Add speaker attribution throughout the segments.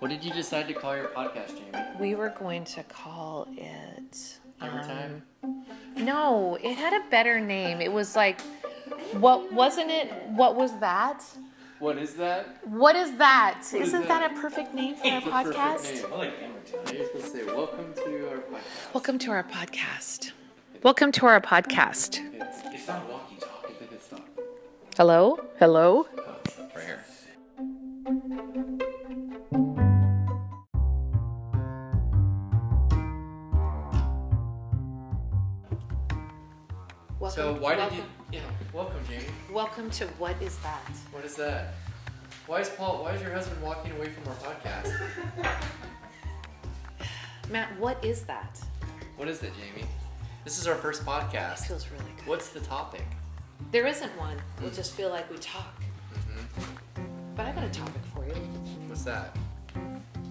Speaker 1: What did you decide to call your podcast, Jamie?
Speaker 2: We were going to call it.
Speaker 1: Hammer
Speaker 2: um,
Speaker 1: time.
Speaker 2: No, it had a better name. It was like, what wasn't it? What was that?
Speaker 1: What is that?
Speaker 2: What is that?
Speaker 1: is
Speaker 2: Isn't
Speaker 1: that?
Speaker 2: that a perfect name for our
Speaker 1: The perfect
Speaker 2: podcast?
Speaker 1: name.
Speaker 3: I like hammer time.
Speaker 1: I was gonna say welcome to our podcast.
Speaker 2: Welcome to our podcast. Welcome to our podcast.
Speaker 1: It's,
Speaker 3: It's not walkie talkie.
Speaker 1: it's a good start.
Speaker 2: Hello? Hello?
Speaker 3: Right here.
Speaker 2: Welcome,
Speaker 1: So why did
Speaker 2: welcome,
Speaker 1: you? Yeah, welcome, Jamie.
Speaker 2: Welcome to What Is That?
Speaker 1: What is that? Why is Paul? Why is your husband walking away from our podcast?
Speaker 2: Matt, what is that?
Speaker 1: What is it, Jamie? This is our first podcast.
Speaker 2: Feels really good.
Speaker 1: What's the topic?
Speaker 2: There isn't one.
Speaker 1: Mm-hmm.
Speaker 2: We'll just feel like we talk. But I got a topic for you.
Speaker 1: What's that?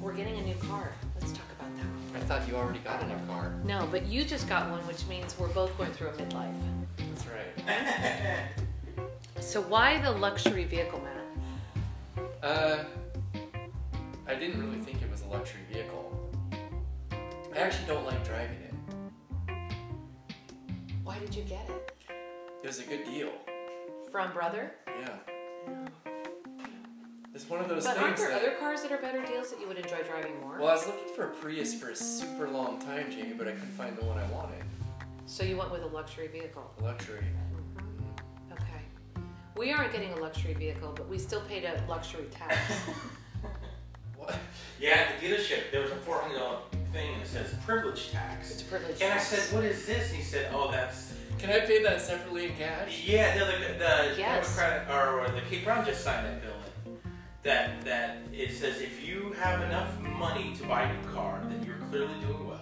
Speaker 2: We're getting a new car. Let's talk about that.
Speaker 1: I thought you already got a new car.
Speaker 2: No, but you just got one, which means we're both going through a midlife.
Speaker 1: That's right.
Speaker 2: So why the luxury vehicle, Matt?
Speaker 1: Uh, I didn't really think it was a luxury vehicle. I actually don't like driving it.
Speaker 2: Why did you get it?
Speaker 1: It was a good deal.
Speaker 2: From brother?
Speaker 1: Yeah. It's one of those
Speaker 2: But aren't
Speaker 1: things
Speaker 2: there
Speaker 1: that.
Speaker 2: other cars that are better deals that you would enjoy driving more?
Speaker 1: Well, I was looking for a Prius for a super long time, Jamie, but I couldn't find the one I wanted.
Speaker 2: So you went with a luxury vehicle.
Speaker 1: A luxury.
Speaker 2: Okay. We aren't getting a luxury vehicle, but we still paid a luxury tax.
Speaker 1: What?
Speaker 3: Yeah, at the dealership, there was a four hundred dollar thing and it says privilege
Speaker 2: it's
Speaker 3: tax.
Speaker 2: a privilege.
Speaker 3: And I said, "What is this?" And he said, "Oh, that's
Speaker 1: Can I pay that separately in cash?
Speaker 3: yeah." The the, the
Speaker 2: Yes.
Speaker 3: Democrat or, or the Kate Brown just signed that bill. In. That that it says if you have enough money to buy a new car, then you're clearly doing well,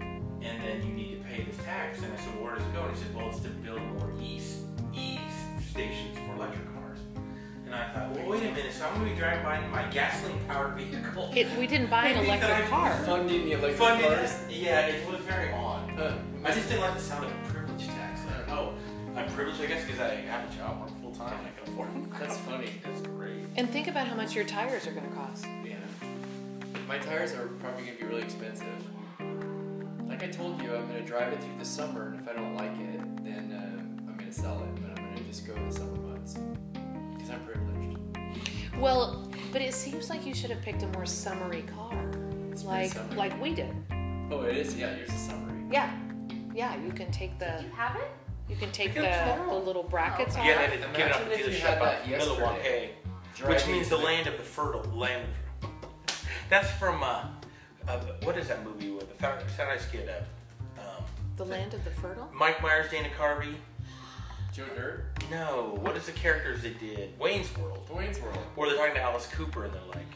Speaker 3: and then you need to pay this tax. And I said, well, "Where does it go?" And he said, "Well, it's to build more ease ease stations for electric cars." And I thought, well, wait a minute. So I'm going to be driving by my gasoline powered vehicle.
Speaker 2: It, we didn't buy an
Speaker 3: Maybe
Speaker 2: electric
Speaker 3: that-
Speaker 2: car.
Speaker 1: Funding the electric
Speaker 3: Funny
Speaker 1: cars?
Speaker 3: that- yeah, it was very odd.
Speaker 1: Huh.
Speaker 3: I just didn't like the sound of a privilege tax. Like, oh, I'm privileged, I guess, because I have a job, work full time, and I can afford it.
Speaker 1: That's funny.
Speaker 3: That's great.
Speaker 2: And think about how much your tires are going to cost.
Speaker 1: Yeah. My tires are probably gonna be really expensive. Like I told you, I'm gonna drive it through the summer, and if I don't like it, then um, I'm gonna sell it. But I'm gonna just go the summer months because I'm privileged.
Speaker 2: Well, but it seems like you should have picked a more summery car, like
Speaker 1: summery.
Speaker 2: like we did.
Speaker 1: Oh, it is. Yeah, yours is summery.
Speaker 2: Yeah, yeah. You can take the
Speaker 4: You have it?
Speaker 2: you can take
Speaker 3: Look at
Speaker 2: the,
Speaker 3: that.
Speaker 2: the little brackets
Speaker 4: Oh,
Speaker 2: off.
Speaker 4: okay.
Speaker 3: Yeah, they didn't give it up
Speaker 1: Imagine
Speaker 3: at the
Speaker 1: if you
Speaker 3: dealership
Speaker 1: had
Speaker 3: on
Speaker 1: that
Speaker 3: Milwaukee,
Speaker 1: yesterday.
Speaker 3: which
Speaker 1: Driving
Speaker 3: means the
Speaker 1: through-
Speaker 3: land of the fertile. Land. of the fertile. That's from uh, uh, what is that movie with the Saturday Saturday Night Kid? Uh, um,
Speaker 2: The land of the fertile.
Speaker 3: Mike Myers, Dana Carvey.
Speaker 1: Joe Dirt.
Speaker 3: No, what is the characters they did? Wayne's World.
Speaker 1: Wayne's World.
Speaker 3: Or they're talking to Alice Cooper and they're like,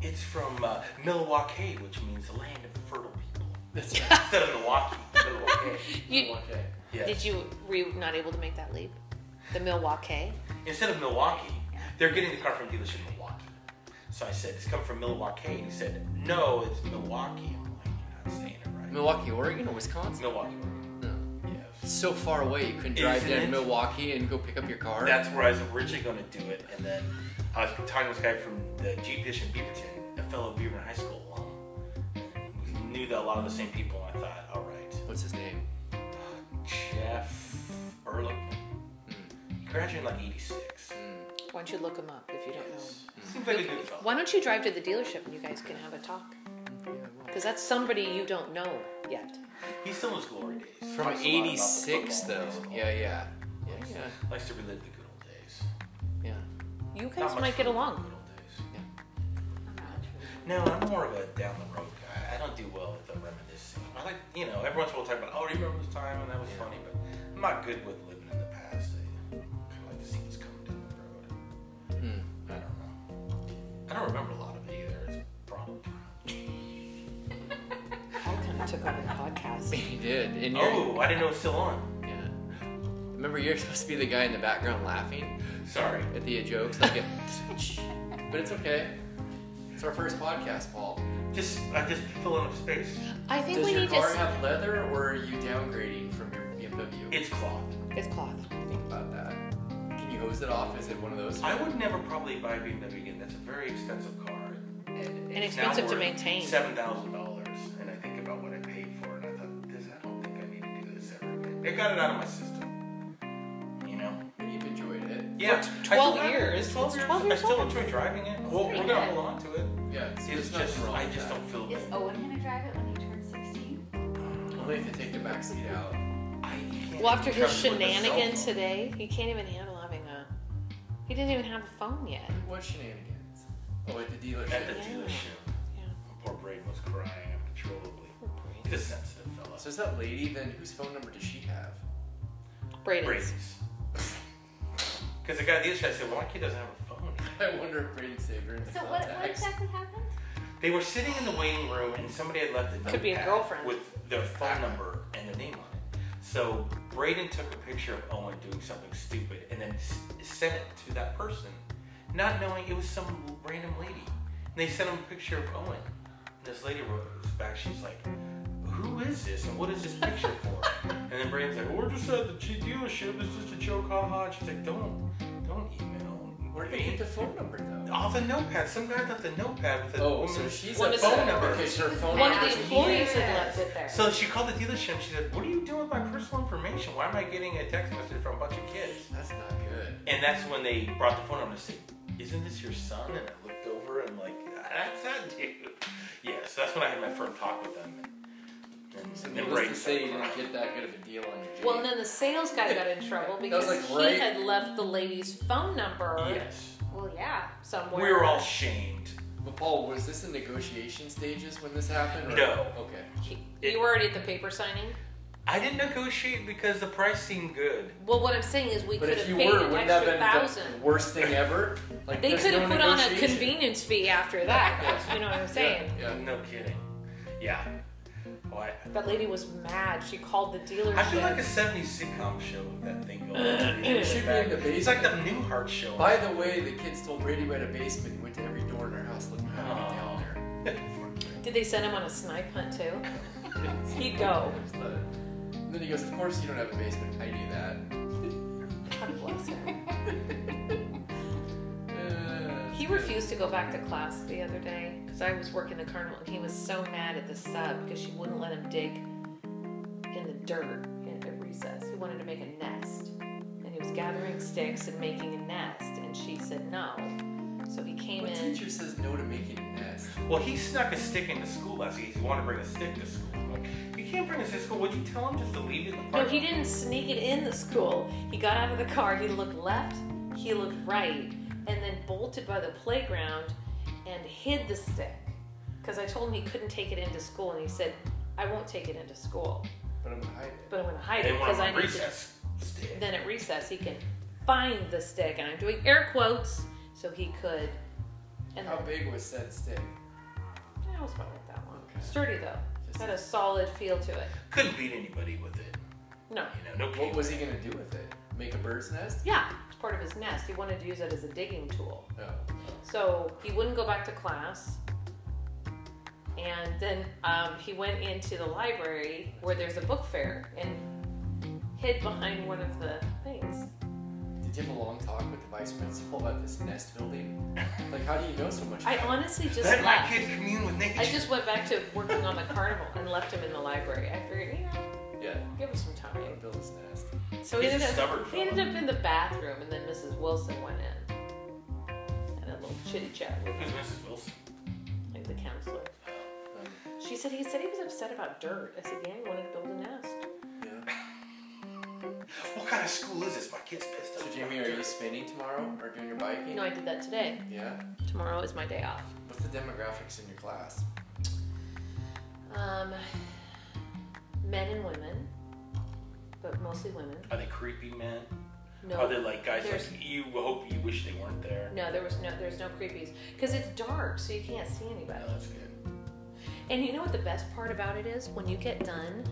Speaker 3: it's from uh, Milwaukee, which means the land of the fertile people.
Speaker 1: That's right.
Speaker 3: Instead of Milwaukee, Milwaukee.
Speaker 2: You,
Speaker 1: Milwaukee.
Speaker 3: Yeah.
Speaker 2: did you were you not able to make that leap? The Milwaukee.
Speaker 3: Instead of Milwaukee, they're getting the car from a dealership in Milwaukee. So I said, it's come from Milwaukee. And he said, no, it's Milwaukee. I'm like, you're not saying it right.
Speaker 1: Milwaukee, Oregon, or Wisconsin?
Speaker 3: Milwaukee.
Speaker 1: No.
Speaker 3: Yes.
Speaker 1: It's so far away you couldn't drive
Speaker 3: Isn't
Speaker 1: down to
Speaker 3: it?
Speaker 1: Milwaukee and go pick up your car.
Speaker 3: That's where I was originally going to do it. And then I was talking to this guy from the Jeep Dish in Beaverton, a fellow Beaverton High School alum. We knew that a lot of the same people. And I thought, all right.
Speaker 1: What's his name?
Speaker 3: Jeff Ehrlich. He graduated in like 86.
Speaker 2: Why don't you look him up if you don't know? him?
Speaker 1: Mm-hmm.
Speaker 3: Seems like a good fellow.
Speaker 2: Why don't you drive to the dealership and you guys can have a talk? Because that's somebody you don't know yet.
Speaker 3: He's still in his glory days.
Speaker 1: From
Speaker 3: Talks a lot about the
Speaker 1: '86 though.
Speaker 3: football, baseball.
Speaker 1: Yeah, yeah, yeah, yeah,
Speaker 3: Likes to relive the good old days.
Speaker 1: yeah.
Speaker 2: You
Speaker 3: Not
Speaker 2: guys
Speaker 3: much
Speaker 2: might get
Speaker 3: for the
Speaker 2: along.
Speaker 3: good old days. No, I'm more of a down the road guy. I don't do well with the reminiscing. I like, you know, every once in a while talk about, oh, do you remember this time and that was funny, but I'm not good with living in the past. I kind of like to see what's coming down the road.
Speaker 1: Hmm.
Speaker 3: I don't know. I don't remember a lot of it either. It's probably.
Speaker 2: I kind of took over the podcast.
Speaker 1: He did. And you're,
Speaker 3: Oh, I didn't know it was still on.
Speaker 1: yeah. Remember, you're supposed to be the guy in the background laughing
Speaker 3: Sorry.
Speaker 1: at the jokes, like, it, but it's okay. It's our first podcast, Paul.
Speaker 3: Just, I'm just filling up space.
Speaker 2: I think
Speaker 1: Does
Speaker 2: we
Speaker 1: your
Speaker 2: need to.
Speaker 1: car
Speaker 2: s-
Speaker 1: have leather, or are you downgrading from your BMW?
Speaker 3: It's cloth.
Speaker 2: It's cloth.
Speaker 1: Think about that. Can you hose it off? Is it one of those?
Speaker 3: I would never probably buy a BMW again. That's a very expensive car. and
Speaker 2: And
Speaker 3: it's
Speaker 2: expensive
Speaker 3: now
Speaker 2: to
Speaker 3: worth
Speaker 2: maintain.
Speaker 3: Seven thousand dollars, and I think about what I paid for it, and I thought, this I don't think I need to do this ever again. It got it out of my system, you know.
Speaker 1: And you've enjoyed it.
Speaker 3: Yeah,
Speaker 2: t-
Speaker 3: I
Speaker 2: 12
Speaker 3: still have it.
Speaker 2: years.
Speaker 3: It's Twelve
Speaker 2: It's
Speaker 3: years.
Speaker 2: 12
Speaker 3: I
Speaker 2: years
Speaker 3: still
Speaker 2: old.
Speaker 3: enjoy driving it. Well, we're
Speaker 2: pretty
Speaker 3: gonna
Speaker 2: good.
Speaker 3: hold on to it.
Speaker 1: Yeah, so
Speaker 3: It's
Speaker 1: there's
Speaker 3: just
Speaker 1: nothing wrong
Speaker 3: I
Speaker 1: with
Speaker 3: just
Speaker 1: that.
Speaker 3: don't feel.
Speaker 4: Is Owen gonna drive it when he turns 16?
Speaker 1: Only if they take the back seat out.
Speaker 3: I can't
Speaker 2: Well, after his
Speaker 3: trust with a cell
Speaker 2: shenanigan
Speaker 3: phone.
Speaker 2: today, he can't even handle having a. He didn't even have a phone yet.
Speaker 1: What shenanigans? Oh, at the dealership.
Speaker 3: At the
Speaker 2: Yeah.
Speaker 3: dealership,
Speaker 2: Yeah.
Speaker 3: poor Braden was crying uncontrollably.
Speaker 2: poor Brayden.
Speaker 3: He's a sensitive fella.
Speaker 1: So is that lady then? Whose phone number does she have?
Speaker 2: Brayden's.
Speaker 3: Brady's. Because the guy, the other guy said, well, my kid doesn't have a phone.
Speaker 1: I wonder if Brady saved her in the
Speaker 4: So what,
Speaker 1: contacts.
Speaker 4: what exactly happened?
Speaker 3: They were sitting in the waiting room and somebody had left a
Speaker 2: Could be a
Speaker 3: notepad
Speaker 2: girlfriend. Ah.
Speaker 3: With their phone number and their name on it. So Braden took a picture of Owen doing something stupid and then s- sent it to that person, not knowing it was some random lady. And they sent him a picture of Owen. And this lady wrote this back. She's like, who is this and what is this picture for? and then Braden's like, we're just at the G- dealership. It's just a joke, haha. She's like, don't, don't email.
Speaker 1: Where did they get
Speaker 3: me."
Speaker 1: the phone number though?
Speaker 3: Off the nopad. Some guy left the notepad with a
Speaker 1: Oh,
Speaker 3: woman's
Speaker 1: so she's
Speaker 2: What
Speaker 1: a
Speaker 2: is
Speaker 1: phone
Speaker 2: that?
Speaker 1: number because her phone
Speaker 2: One of
Speaker 1: number is
Speaker 2: the employees had left it there.
Speaker 3: So she called the dealership. She said, "What are you doing with my personal information? Why am I getting a text message from a bunch of kids?"
Speaker 1: That's not good.
Speaker 3: And that's when they brought the phone number and said, "Isn't this your son?" And I looked over and like, "That's that dude." Yeah. So that's when I had my first talk with them. And, and,
Speaker 1: So
Speaker 3: and
Speaker 1: needless to
Speaker 3: Braden
Speaker 1: say, you
Speaker 3: said,
Speaker 1: didn't get that good of a deal on your Jeep.
Speaker 2: Well, and then the sales guy got in trouble because
Speaker 1: was like
Speaker 2: he
Speaker 1: right-
Speaker 2: had left the lady's phone number
Speaker 3: Yes.
Speaker 4: Well, yeah.
Speaker 2: somewhere.
Speaker 3: We were all shamed.
Speaker 1: But Paul, was this in negotiation stages when this happened? or-
Speaker 3: No.
Speaker 1: Okay.
Speaker 2: He-
Speaker 3: It-
Speaker 2: you were already at the paper signing.
Speaker 3: I didn't negotiate because the price seemed good.
Speaker 2: Well, what I'm saying is we
Speaker 1: But
Speaker 2: could
Speaker 1: if
Speaker 2: have
Speaker 1: you
Speaker 2: paid
Speaker 1: were,
Speaker 2: an
Speaker 1: wouldn't that
Speaker 2: extra
Speaker 1: have been the
Speaker 2: thousand.
Speaker 1: worst thing ever? Like
Speaker 2: They
Speaker 1: there's
Speaker 2: could have
Speaker 1: no
Speaker 2: put on a
Speaker 1: negotiation.
Speaker 2: convenience fee after that. you know what I'm saying?
Speaker 1: Yeah.
Speaker 3: No kidding. Yeah. Well, I,
Speaker 2: That lady was mad. She called the dealership.
Speaker 3: I feel like a 70s sitcom show with that thing going on.
Speaker 1: It should be in the
Speaker 3: It's like the Newhart show.
Speaker 1: By the way, the kids told Brady we had a basement. He went to every door in our house looking how to get
Speaker 3: Aw.
Speaker 1: down there.
Speaker 2: Did they send him on a snipe hunt too? He'd go.
Speaker 1: And then he goes, Of course you don't have a basement. I knew that.
Speaker 2: God bless her.
Speaker 1: Uh,
Speaker 2: He refused to go back to class the other day because I was working the carnival and he was so mad at the sub because she wouldn't let him dig in the dirt in- at recess. He wanted to make a nest and he was gathering sticks and making a nest and she said no. So he came
Speaker 1: What
Speaker 2: in.
Speaker 1: teacher says no to making a nest?
Speaker 3: Well, he snuck a stick into school last week. He wanted to bring a stick to school. I'm like, you can't bring a stick to school. Would you tell him just to leave it in the
Speaker 2: No,
Speaker 3: park?
Speaker 2: he didn't sneak it in the school. He got out of the car, he looked left, he looked right, and then bolted by the playground and hid the stick. Because I told him he couldn't take it into school, and he said, I won't take it into school,
Speaker 1: But I'm gonna hide it.
Speaker 2: but I'm going to hide
Speaker 3: They
Speaker 2: it
Speaker 3: want
Speaker 2: because
Speaker 3: him
Speaker 2: I
Speaker 3: on
Speaker 2: need
Speaker 3: recess
Speaker 2: to.
Speaker 3: stick.
Speaker 2: Then at recess, he can find the stick, and I'm doing air quotes so he could. And
Speaker 1: How
Speaker 3: Oh.
Speaker 2: then,
Speaker 1: big was said stick?
Speaker 2: I was fine with that one. Sturdy though, had a solid feel to it.
Speaker 3: Couldn't beat anybody with it.
Speaker 2: No,
Speaker 3: You know, no
Speaker 1: What
Speaker 3: kid.
Speaker 1: was he gonna do with it? Make a bird's nest?
Speaker 2: yeah, it's part of his nest. He wanted to use it as a digging tool.
Speaker 1: No.
Speaker 2: So he wouldn't go back to class. And then um, he went into the library where there's a book fair and hid behind one of the things.
Speaker 1: Did you have a long talk with the vice principal about this nest building? Like, how do you know so much?
Speaker 2: I
Speaker 1: about it?
Speaker 2: honestly just
Speaker 3: Let my
Speaker 2: left.
Speaker 3: kid commune with naked
Speaker 2: I just went back to working on the carnival and left him in the library. I figured, you know,
Speaker 1: yeah.
Speaker 2: give him some
Speaker 1: I'm gonna
Speaker 2: time.
Speaker 1: build this nest.
Speaker 2: So he
Speaker 3: He's a
Speaker 2: ended,
Speaker 3: stubborn
Speaker 2: up, he ended
Speaker 3: fella.
Speaker 2: up in the bathroom, and then Mrs. Wilson went in. Had a little chitty chat with
Speaker 3: Who's Mrs. Wilson?
Speaker 2: like, the counselor.
Speaker 1: Um,
Speaker 2: She said he said he was upset about dirt. I said, yeah, he wanted to build a nest.
Speaker 1: yeah.
Speaker 3: What kind of school is this? My kid's pissed
Speaker 1: So
Speaker 3: off.
Speaker 1: Jamie, are you spinning tomorrow or doing your biking?
Speaker 2: You know, I did that today.
Speaker 1: Yeah.
Speaker 2: Tomorrow is my day off.
Speaker 1: What's the demographics in your class?
Speaker 2: Um, men and women, but mostly women.
Speaker 3: Are they creepy men?
Speaker 2: No,
Speaker 3: Are they like guys
Speaker 2: There's-
Speaker 3: like you hope you wish they weren't there?
Speaker 2: no, there was no, there's no creepies because it's dark, so you can't see anybody.
Speaker 3: No, that's good.
Speaker 2: And you know what the best part about it is? When you get done,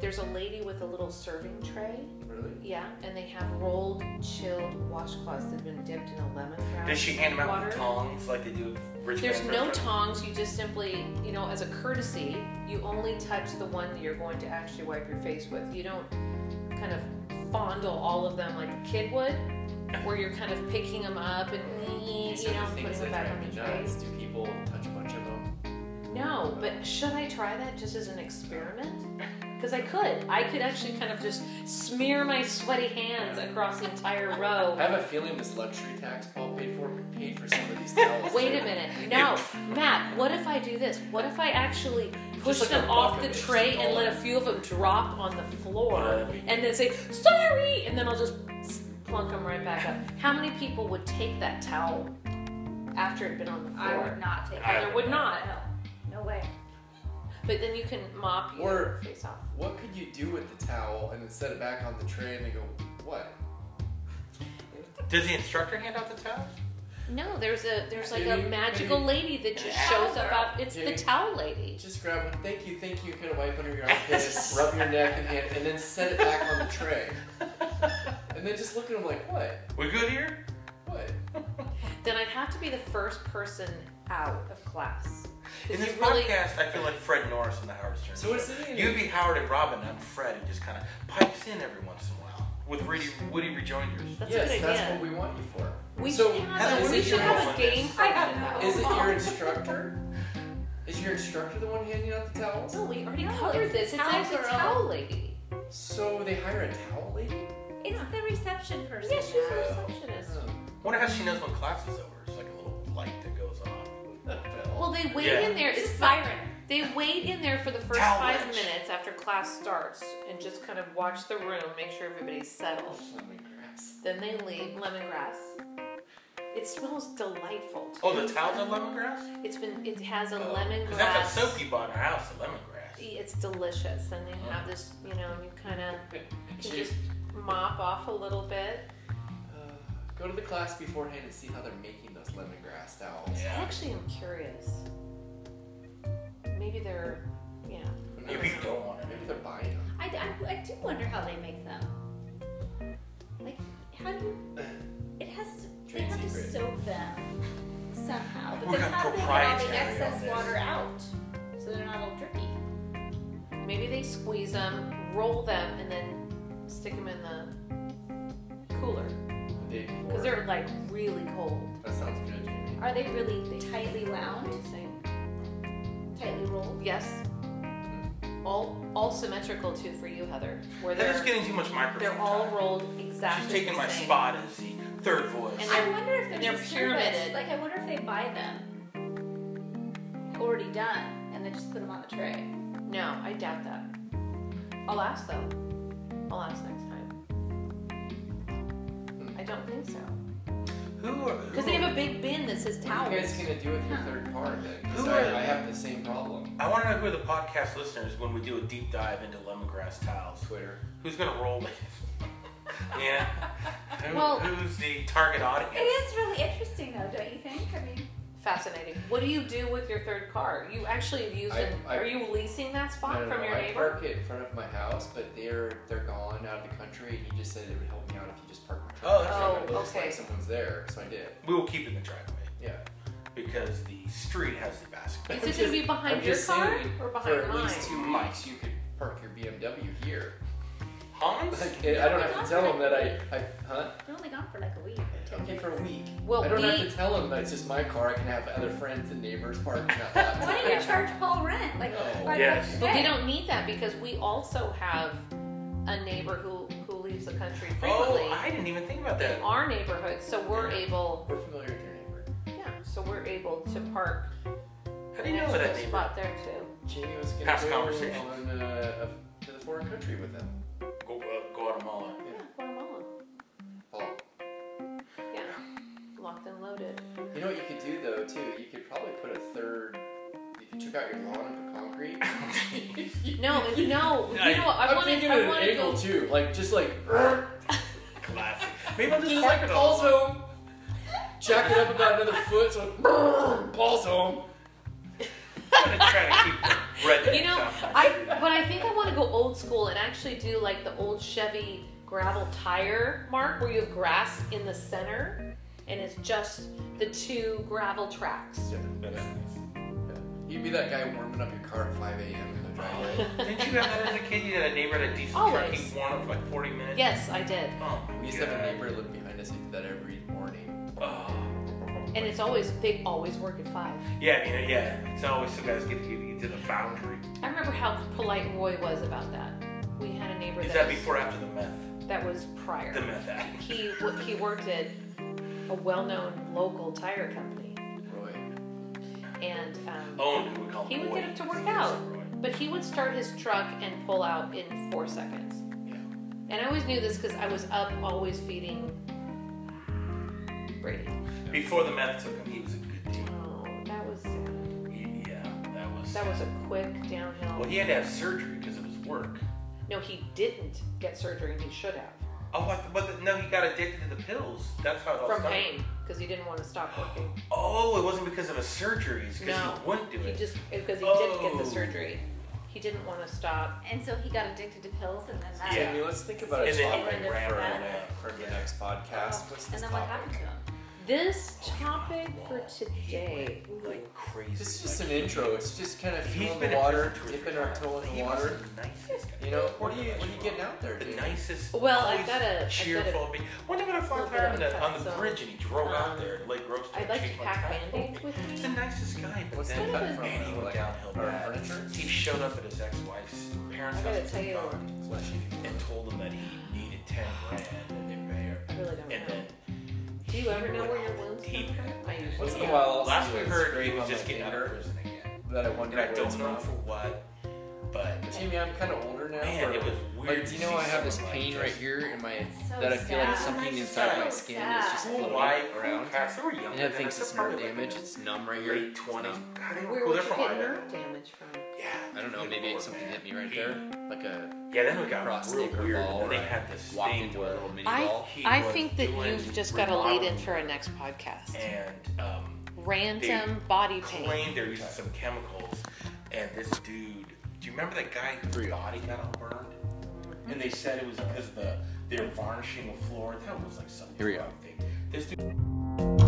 Speaker 2: there's a lady with a little serving tray.
Speaker 1: Really?
Speaker 2: Yeah, and they have rolled, chilled washcloths that have been dipped in a lemongrass.
Speaker 3: Does she hand them out
Speaker 2: water.
Speaker 3: with tongs like they do at rich
Speaker 2: There's
Speaker 3: man's
Speaker 2: no
Speaker 3: restaurant?
Speaker 2: tongs. You just simply, you know, as a courtesy, you only touch the one that you're going to actually wipe your face with. You don't kind of fondle all of them like a kid would, where you're kind of picking them up and you
Speaker 1: These are
Speaker 2: know
Speaker 1: the
Speaker 2: putting
Speaker 1: things
Speaker 2: them
Speaker 1: that
Speaker 2: back
Speaker 1: drive
Speaker 2: on
Speaker 1: me
Speaker 2: the tray.
Speaker 1: nuts. Do people touch
Speaker 2: No, but should I try that just as an experiment? Because I could. I could actually kind of just smear my sweaty hands across the entire row.
Speaker 1: I have a feeling this luxury tax Paul paid for paid for some of these towels.
Speaker 2: Wait
Speaker 1: too.
Speaker 2: a minute. No, Matt, what if I do this? What if I actually push
Speaker 1: like a
Speaker 2: them off the
Speaker 1: bucket, just
Speaker 2: tray and
Speaker 1: all
Speaker 2: let a
Speaker 1: in.
Speaker 2: few of them drop on the floor
Speaker 1: Oh, we-
Speaker 2: and then say, sorry, and then I'll just plunk them right back up? How many people would take that towel after it had been on the
Speaker 4: I
Speaker 2: floor?
Speaker 4: would not take
Speaker 3: I-
Speaker 4: it.
Speaker 2: Heather would not.
Speaker 4: No, no way.
Speaker 2: But then you can mop your
Speaker 1: Or-
Speaker 2: face off.
Speaker 1: What could you do with the towel and then set it back on the tray and they go, what?
Speaker 3: Does the instructor hand out the towels?
Speaker 2: No, there's a there's like
Speaker 1: Maybe-
Speaker 2: a magical
Speaker 1: maybe-
Speaker 2: lady that just
Speaker 3: Yeah.
Speaker 2: shows up. Out, it's the
Speaker 1: Maybe-
Speaker 2: towel lady.
Speaker 1: Just grab one. Thank you, thank you. Kind of wipe under your armpit, rub your neck and hand, and then set it back on the tray. And then just look at them like, what?
Speaker 3: We good here?
Speaker 1: What?
Speaker 2: Then I'd have to be the first person out of class. 'Cause
Speaker 3: In this
Speaker 2: you really-
Speaker 3: podcast, I feel like Fred Norris on the Howard Stern.
Speaker 1: So what's it in?
Speaker 3: You'd be Howard and Robin, and I'm Fred, who just kind of pipes in every once in a while with witty, witty rejoinders.
Speaker 2: That's
Speaker 1: yes,
Speaker 2: a good
Speaker 1: that's
Speaker 2: idea.
Speaker 1: what we want you for.
Speaker 2: We
Speaker 1: So,
Speaker 2: should have,
Speaker 3: Heather,
Speaker 2: a-
Speaker 3: what
Speaker 2: we
Speaker 3: is
Speaker 2: should
Speaker 3: your
Speaker 2: have
Speaker 3: role
Speaker 2: a
Speaker 3: in
Speaker 2: game
Speaker 3: this?
Speaker 2: for
Speaker 4: I have
Speaker 2: that.
Speaker 4: no-
Speaker 1: Is it your instructor? Is your instructor the one handing out the towels?
Speaker 2: No, we already
Speaker 4: No,
Speaker 2: covered
Speaker 4: it's
Speaker 2: this.
Speaker 4: the
Speaker 2: It's like the
Speaker 4: towel girl.
Speaker 2: towel lady.
Speaker 1: So they hire a towel lady?
Speaker 4: It's the reception person.
Speaker 2: Yeah, she's a
Speaker 4: now.
Speaker 2: receptionist.
Speaker 1: Oh.
Speaker 3: Wonder how she knows when class is over. It's like a little light that goes off.
Speaker 2: Well, they wait
Speaker 3: Yeah.
Speaker 2: in there.
Speaker 4: It's
Speaker 2: It's
Speaker 4: a
Speaker 2: like-
Speaker 4: siren.
Speaker 2: They wait in there for the first
Speaker 3: Towel
Speaker 2: five
Speaker 3: wrench.
Speaker 2: minutes after class starts and just kind of watch the room, make sure everybody's
Speaker 1: Oh,
Speaker 2: settled. Then they leave lemongrass. It smells delightful.
Speaker 3: Oh, the towels are lemongrass?
Speaker 2: It's been it has a
Speaker 1: Oh,
Speaker 2: lemongrass.
Speaker 3: Because that's a soap you bought in our house, the lemongrass.
Speaker 2: It's delicious, and they have this, you know, you kind of can just mop off a little bit.
Speaker 1: uh, Go to the class beforehand and see how they're making those lemongrass towels.
Speaker 3: Yeah.
Speaker 2: Actually, I'm curious. Maybe they're, yeah.
Speaker 1: Who knows?
Speaker 3: Maybe you don't want it.
Speaker 1: Maybe they're buying them.
Speaker 4: I, I, I do wonder how they make them. Like, how do you? It has to. They
Speaker 1: Trade
Speaker 4: have
Speaker 1: secret.
Speaker 4: to soak them somehow. But
Speaker 3: We're
Speaker 4: then
Speaker 3: not
Speaker 4: how do they get all the
Speaker 3: proprietary on
Speaker 4: excess
Speaker 3: this.
Speaker 4: water out so they're not all drippy?
Speaker 2: Maybe they squeeze them, roll them, and then stick them in the cooler
Speaker 1: The day before.
Speaker 2: because they're like really cold.
Speaker 1: That sounds good, Jamie.
Speaker 4: Are they really tightly wound, tightly rolled?
Speaker 2: Yes.
Speaker 3: Mm.
Speaker 2: All all symmetrical too for you, Heather. Where
Speaker 3: Heather's
Speaker 2: they're
Speaker 3: getting too much microphone
Speaker 2: they're all
Speaker 3: time.
Speaker 2: rolled exactly.
Speaker 3: She's taking
Speaker 2: the
Speaker 3: my
Speaker 2: same.
Speaker 3: spot as the third voice.
Speaker 2: And
Speaker 4: I wonder if they're,
Speaker 2: they're
Speaker 4: just serviced.
Speaker 2: pyramided.
Speaker 4: Like, I wonder if they buy them already done and then just put them on the tray.
Speaker 2: No, I doubt that. I'll ask though. I'll ask next time. I don't think so.
Speaker 3: who are
Speaker 2: Because they have a big bin that says
Speaker 1: What are you
Speaker 2: towels.
Speaker 1: guys gonna do with your third part then? 'Cause
Speaker 3: Who are-
Speaker 1: I, I have the same problem.
Speaker 3: I want to know who are the podcast listeners when we do a deep dive into lemongrass towels.
Speaker 1: Twitter.
Speaker 3: Who's gonna roll it? yeah. Who,
Speaker 2: Well-
Speaker 3: who's the target audience?
Speaker 4: It is really interesting, though, don't you think? I mean,
Speaker 2: Fascinating. What do you do with your third car? You actually have used
Speaker 1: I-
Speaker 2: it.
Speaker 1: I-
Speaker 2: Are you leasing that spot
Speaker 1: No, no,
Speaker 2: from
Speaker 1: no,
Speaker 2: your
Speaker 1: I
Speaker 2: neighbor?
Speaker 1: park it in front of my house, but they're they're gone out of the country, and he just said it would help me out if you just park my truck.
Speaker 3: Oh,
Speaker 1: in
Speaker 3: that's
Speaker 1: front of
Speaker 2: right.
Speaker 1: it. It looks
Speaker 2: Okay.
Speaker 1: like someone's there, so I did.
Speaker 3: We will keep it in the driveway
Speaker 1: Yeah.
Speaker 3: because the street has the basket.
Speaker 2: Is it going to be behind
Speaker 1: I'm
Speaker 2: your
Speaker 1: just
Speaker 2: car
Speaker 1: saying, for
Speaker 2: or behind
Speaker 1: at
Speaker 2: mine?
Speaker 1: least two weeks, you could park your BMW here.
Speaker 3: Hans?
Speaker 1: Like, I don't have to tell them that I, I, huh?
Speaker 4: they're only gone for like a week.
Speaker 1: Okay, for a week.
Speaker 2: Well,
Speaker 1: I don't have
Speaker 2: we-
Speaker 1: to tell them that it's just my car. I can have other friends and neighbors park in that lot.
Speaker 4: Why don't you charge Paul rent? Like,
Speaker 1: No.
Speaker 4: why
Speaker 3: Yes.
Speaker 4: not
Speaker 2: But we
Speaker 4: today?
Speaker 2: don't need that because we also have a neighbor who who leaves the country frequently
Speaker 3: Oh, I didn't even think about that.
Speaker 2: in our neighborhood, so we're
Speaker 3: Yeah.
Speaker 2: able.
Speaker 1: We're familiar with your neighbor.
Speaker 2: Yeah, so we're able to park
Speaker 3: How do you know that
Speaker 2: a
Speaker 3: neighbor?
Speaker 2: spot there too.
Speaker 1: Jamie was gonna
Speaker 3: Past
Speaker 1: go
Speaker 3: conversation.
Speaker 1: on uh, a- to the foreign country with them.
Speaker 3: Gu- uh, Guatemala.
Speaker 2: Yeah, Guatemala.
Speaker 1: Paul.
Speaker 2: Yeah, locked and loaded.
Speaker 1: You know what you could do though too? You could probably put a third. If you took out your lawn and put concrete.
Speaker 2: No, no, you know what?
Speaker 3: I-
Speaker 2: I
Speaker 1: I'm
Speaker 2: want to.
Speaker 1: thinking
Speaker 2: I
Speaker 1: of
Speaker 2: want
Speaker 1: an
Speaker 2: to
Speaker 1: angle
Speaker 2: go.
Speaker 1: too, like just like.
Speaker 3: Classic. Maybe I'll just
Speaker 1: Just
Speaker 3: park
Speaker 1: like
Speaker 3: it all.
Speaker 1: Paul's home. Jack it up about another foot, so brrr, Paul's home.
Speaker 3: I'm gonna try to keep the red.
Speaker 2: You know, I but I think I want to go old school and actually do like the old Chevy gravel tire mark where you have grass in the center and it's just the two gravel tracks.
Speaker 1: You'd be that guy warming up your car at 5 a.m. in the driveway.
Speaker 3: Didn't you have that as a kid? You had a neighbor that decent truck.
Speaker 2: Always.
Speaker 3: He warmed up for like 40 minutes.
Speaker 2: Yes, I did.
Speaker 3: Oh,
Speaker 1: We used to have a neighbor live behind us who did that every morning.
Speaker 3: Oh.
Speaker 2: And it's always they always work at five.
Speaker 3: Yeah, I mean, yeah. It's always some guys get to get to the foundry.
Speaker 2: I remember how polite Roy was about that. We had a neighbor
Speaker 3: Is
Speaker 2: that
Speaker 3: that
Speaker 2: was,
Speaker 3: before or after the meth?
Speaker 2: that was prior.
Speaker 3: The meth act.
Speaker 2: he wo- he worked at a well-known local tire company,
Speaker 1: Roy.
Speaker 2: and um,
Speaker 3: Owned, we call him
Speaker 2: He would
Speaker 3: Roy.
Speaker 2: get up to work
Speaker 3: His name is
Speaker 2: out.
Speaker 3: Roy.
Speaker 2: but he would start his truck and pull out in four seconds.
Speaker 1: Yeah.
Speaker 2: And I always knew this because I was up always feeding Brady.
Speaker 3: Before the meth took him, he was a good dude.
Speaker 2: Oh, that was sad.
Speaker 3: He- yeah, that was.
Speaker 2: that was a quick downhill.
Speaker 3: Well, he had to have surgery because of his work.
Speaker 2: no, he didn't get surgery, and he should have
Speaker 3: Oh, I th- but the, no, he got addicted to the pills. That's how it all
Speaker 2: from
Speaker 3: started.
Speaker 2: pain because he didn't want to stop working.
Speaker 3: Oh, it wasn't because of his surgery. It's because
Speaker 2: No.
Speaker 3: he wouldn't do
Speaker 2: He
Speaker 3: it.
Speaker 2: just because he did get
Speaker 3: Oh.
Speaker 2: the surgery, he didn't want to stop.
Speaker 4: And so he got addicted to pills, and then that.
Speaker 1: So, I mean, let's think about a
Speaker 3: And then he
Speaker 1: topic
Speaker 4: went
Speaker 1: for,
Speaker 4: around
Speaker 1: uh,
Speaker 3: it.
Speaker 1: for the next podcast.
Speaker 3: Oh,
Speaker 1: What's
Speaker 4: and
Speaker 1: this
Speaker 4: then what happened to
Speaker 1: topic?
Speaker 4: him?
Speaker 2: This topic for today.
Speaker 3: like crazy.
Speaker 1: This is just
Speaker 3: like,
Speaker 1: an intro. It's just kind of
Speaker 3: he's
Speaker 1: feeling
Speaker 3: been
Speaker 1: the
Speaker 3: in
Speaker 1: water,
Speaker 3: prison two or
Speaker 1: dipping
Speaker 3: three
Speaker 1: our
Speaker 3: times.
Speaker 1: toe in the
Speaker 3: He was
Speaker 1: water.
Speaker 3: the nicest guy.
Speaker 1: You know, what are you what are you getting out there?
Speaker 3: The
Speaker 1: Dude?
Speaker 3: nicest.
Speaker 2: Well, I
Speaker 3: always
Speaker 2: got a- I
Speaker 3: cheerful. big- One time I got a flat
Speaker 2: little bit
Speaker 3: tire
Speaker 2: of
Speaker 3: on
Speaker 2: a
Speaker 3: the,
Speaker 2: cut,
Speaker 3: on the
Speaker 2: so,
Speaker 3: bridge, and he drove out
Speaker 2: um,
Speaker 3: there to Lake Grove.
Speaker 2: I'd like to pack
Speaker 3: Band-Aid.
Speaker 2: Band-Aids with
Speaker 3: He's the
Speaker 2: me.
Speaker 3: nicest guy, but
Speaker 1: What's the
Speaker 3: then
Speaker 1: cut from?
Speaker 3: man, he went
Speaker 1: Like
Speaker 3: downhill
Speaker 1: our
Speaker 3: bad.
Speaker 1: furniture?
Speaker 3: He showed up at his ex-wife's parents'
Speaker 2: I gotta
Speaker 3: house
Speaker 2: tell you-
Speaker 1: Flesh eating.
Speaker 3: and told them that he needed ten grand and they pay her.
Speaker 2: I really don't
Speaker 3: And
Speaker 2: know.
Speaker 3: then
Speaker 2: Do you ever
Speaker 3: he
Speaker 2: know
Speaker 3: went
Speaker 2: where your
Speaker 3: on
Speaker 2: wounds
Speaker 3: deep
Speaker 2: come from?
Speaker 3: end.
Speaker 2: I usually
Speaker 1: Once in a
Speaker 2: don't.
Speaker 1: while, I'll
Speaker 3: Last
Speaker 1: see
Speaker 3: we
Speaker 1: a
Speaker 3: heard, he
Speaker 1: scrape
Speaker 3: was
Speaker 1: on
Speaker 3: just
Speaker 1: my
Speaker 3: getting out
Speaker 1: finger
Speaker 3: of prison again.
Speaker 1: That I wonder.
Speaker 3: And I
Speaker 1: where it's
Speaker 3: don't know
Speaker 1: from.
Speaker 3: for what, but
Speaker 1: But Timmy, I'm kind of older now.
Speaker 3: man,
Speaker 1: where-
Speaker 3: it was weird.
Speaker 1: Like, do
Speaker 3: to
Speaker 1: you know
Speaker 3: see
Speaker 1: I have this
Speaker 3: someone like
Speaker 1: pain
Speaker 3: this.
Speaker 1: right here in my
Speaker 4: That's so
Speaker 1: that I feel like
Speaker 4: sad.
Speaker 1: something
Speaker 3: That's
Speaker 1: inside my
Speaker 3: so
Speaker 1: skin is just
Speaker 4: sad.
Speaker 1: floating
Speaker 3: Why
Speaker 1: around.
Speaker 3: Cats, they were younger.
Speaker 1: And it
Speaker 3: than
Speaker 1: thinks
Speaker 3: us,
Speaker 1: it's
Speaker 3: they're
Speaker 1: nerve
Speaker 3: probably
Speaker 1: damage.
Speaker 3: like
Speaker 1: It's numb right here.
Speaker 3: Late
Speaker 1: It's
Speaker 3: twenties.
Speaker 1: numb.
Speaker 3: God, they
Speaker 2: Where
Speaker 3: well,
Speaker 2: would
Speaker 3: they're
Speaker 2: you
Speaker 3: from
Speaker 2: get
Speaker 3: Idaho.
Speaker 2: nerve damage from?
Speaker 3: Yeah.
Speaker 1: I don't know. Maybe it's something hit me right there, like a
Speaker 3: Yeah, then it got
Speaker 1: cross
Speaker 3: real
Speaker 1: stick or
Speaker 3: weird.
Speaker 1: ball,
Speaker 3: and they
Speaker 1: or
Speaker 3: had this
Speaker 1: walk
Speaker 3: thing
Speaker 1: into a
Speaker 3: where
Speaker 1: little mini
Speaker 2: I,
Speaker 1: ball.
Speaker 3: He
Speaker 2: I
Speaker 3: was
Speaker 2: think that
Speaker 3: doing
Speaker 2: you've just got to lead in
Speaker 3: remodeling.
Speaker 2: for our next podcast.
Speaker 3: and um,
Speaker 2: Random body pain.
Speaker 3: claimed they were using some chemicals. And this dude, do you remember that guy whose body got all burned? And they said it was because the they were varnishing the floor. That was like some
Speaker 1: Here we
Speaker 3: drug
Speaker 1: go.
Speaker 3: thing. This dude.